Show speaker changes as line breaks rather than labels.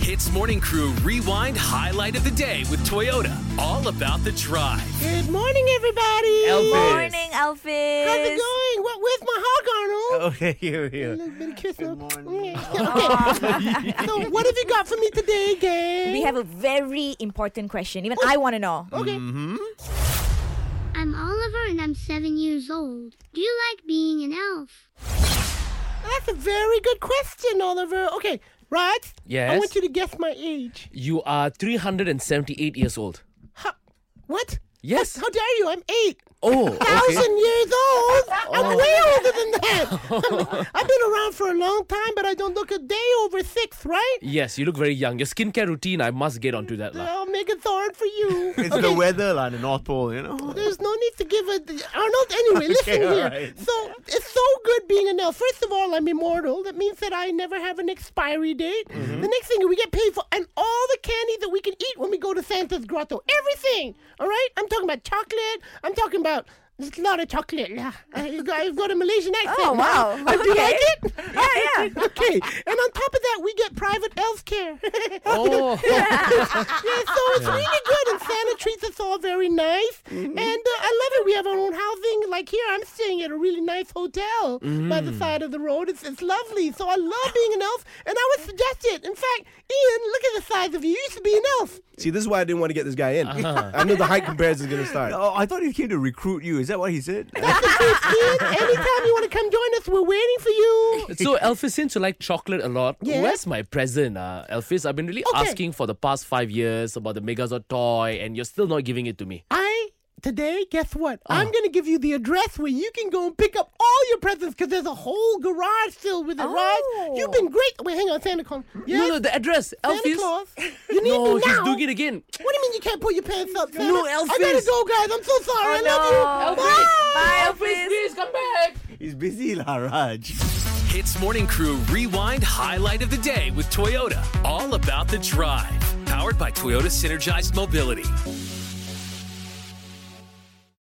Hits Morning Crew Rewind Highlight of the Day with Toyota. All about the drive.
Good morning, everybody.
Elvis.
Morning, Elvis.
How's it going? What? Where's my hug, Arnold?
Okay, here,
A
here.
little bit of kiss.
Oh. Good
huh?
morning.
Okay. so, what have you got for me today, gang?
We have a very important question. Even I want to know.
okay.
I'm Oliver and I'm seven years old. Do you like being an elf?
That's a very good question, Oliver. Okay, Rod. I
Yes?
want you to guess my age.
You are 378 years old.
Ha- what?
Yes.
How dare you? I'm eight
Oh, okay. Oh.
thousand years old. I'm way older than that. I've been around for a long time, but I don't look a day over six, right?
Yes, you look very young. Your skincare routine, I must get onto that. lah.
I'll make a thorn for you.
It's the weather like the North Pole, you know.
There's no need to give a Arnold. Anyway, listen
all
here.
right.
So it's so good being an elf. First of all, I'm immortal. That means that I never have an expiry date.
Mm-hmm.
The next thing we get paid for, and all the candy that we can eat when we go to Santa's grotto, everything. All right, I'm talking about chocolate. I'm talking about. There's a lot of chocolate. Yeah, I've got, I've got a Malaysian accent.
Oh, wow.
Uh, Do you
Okay.
like it?
Yeah, yeah.
okay. And on top of that, we get private health care.
Oh,
Yeah, so it's really good, and Santa treats us all very nice.
Mm-hmm.
And uh, I love it. We have our own housing. Like here, I'm staying at a really nice hotel by
Mm-hmm.
the side of the road. It's, it's lovely. So I love being an elf, and I would suggest it. In fact, Ian, look at the size of you. You used to be an elf.
See, this is why I didn't want to get this guy in.
Uh-huh.
I knew the height comparison is going to start.
Oh, I thought he came to recruit you. Is that what he said?
Ian, anytime you want to come join us, we're waiting for you.
so Elvis, since you like chocolate a lot,
Yeah.
where's my present, uh, Elvis? I've been really
Okay.
asking for the past five years about the Megazord toy, and you're still not giving it to me.
I. Today, guess what?
Oh.
I'm going to give you the address where you can go and pick up all your presents because there's a whole garage filled with it, right? You've been great. Wait, hang on, Santa Claus. Yes?
Oh. No, no, the address,
Santa
Elvis.
Claus. You need
Oh, no,
me
he's
now.
doing it again.
What do you mean you can't put your pants up, Santa?
No,
I gotta
Elvis. Oh,
go, guys. I'm so sorry. I love you.
no. Bye, Elvis.
Please come back.
He's busy, lah, Raj.
Hits Morning Crew Rewind Highlight of the Day with Toyota. All about the drive. Powered by Toyota Synergized Mobility.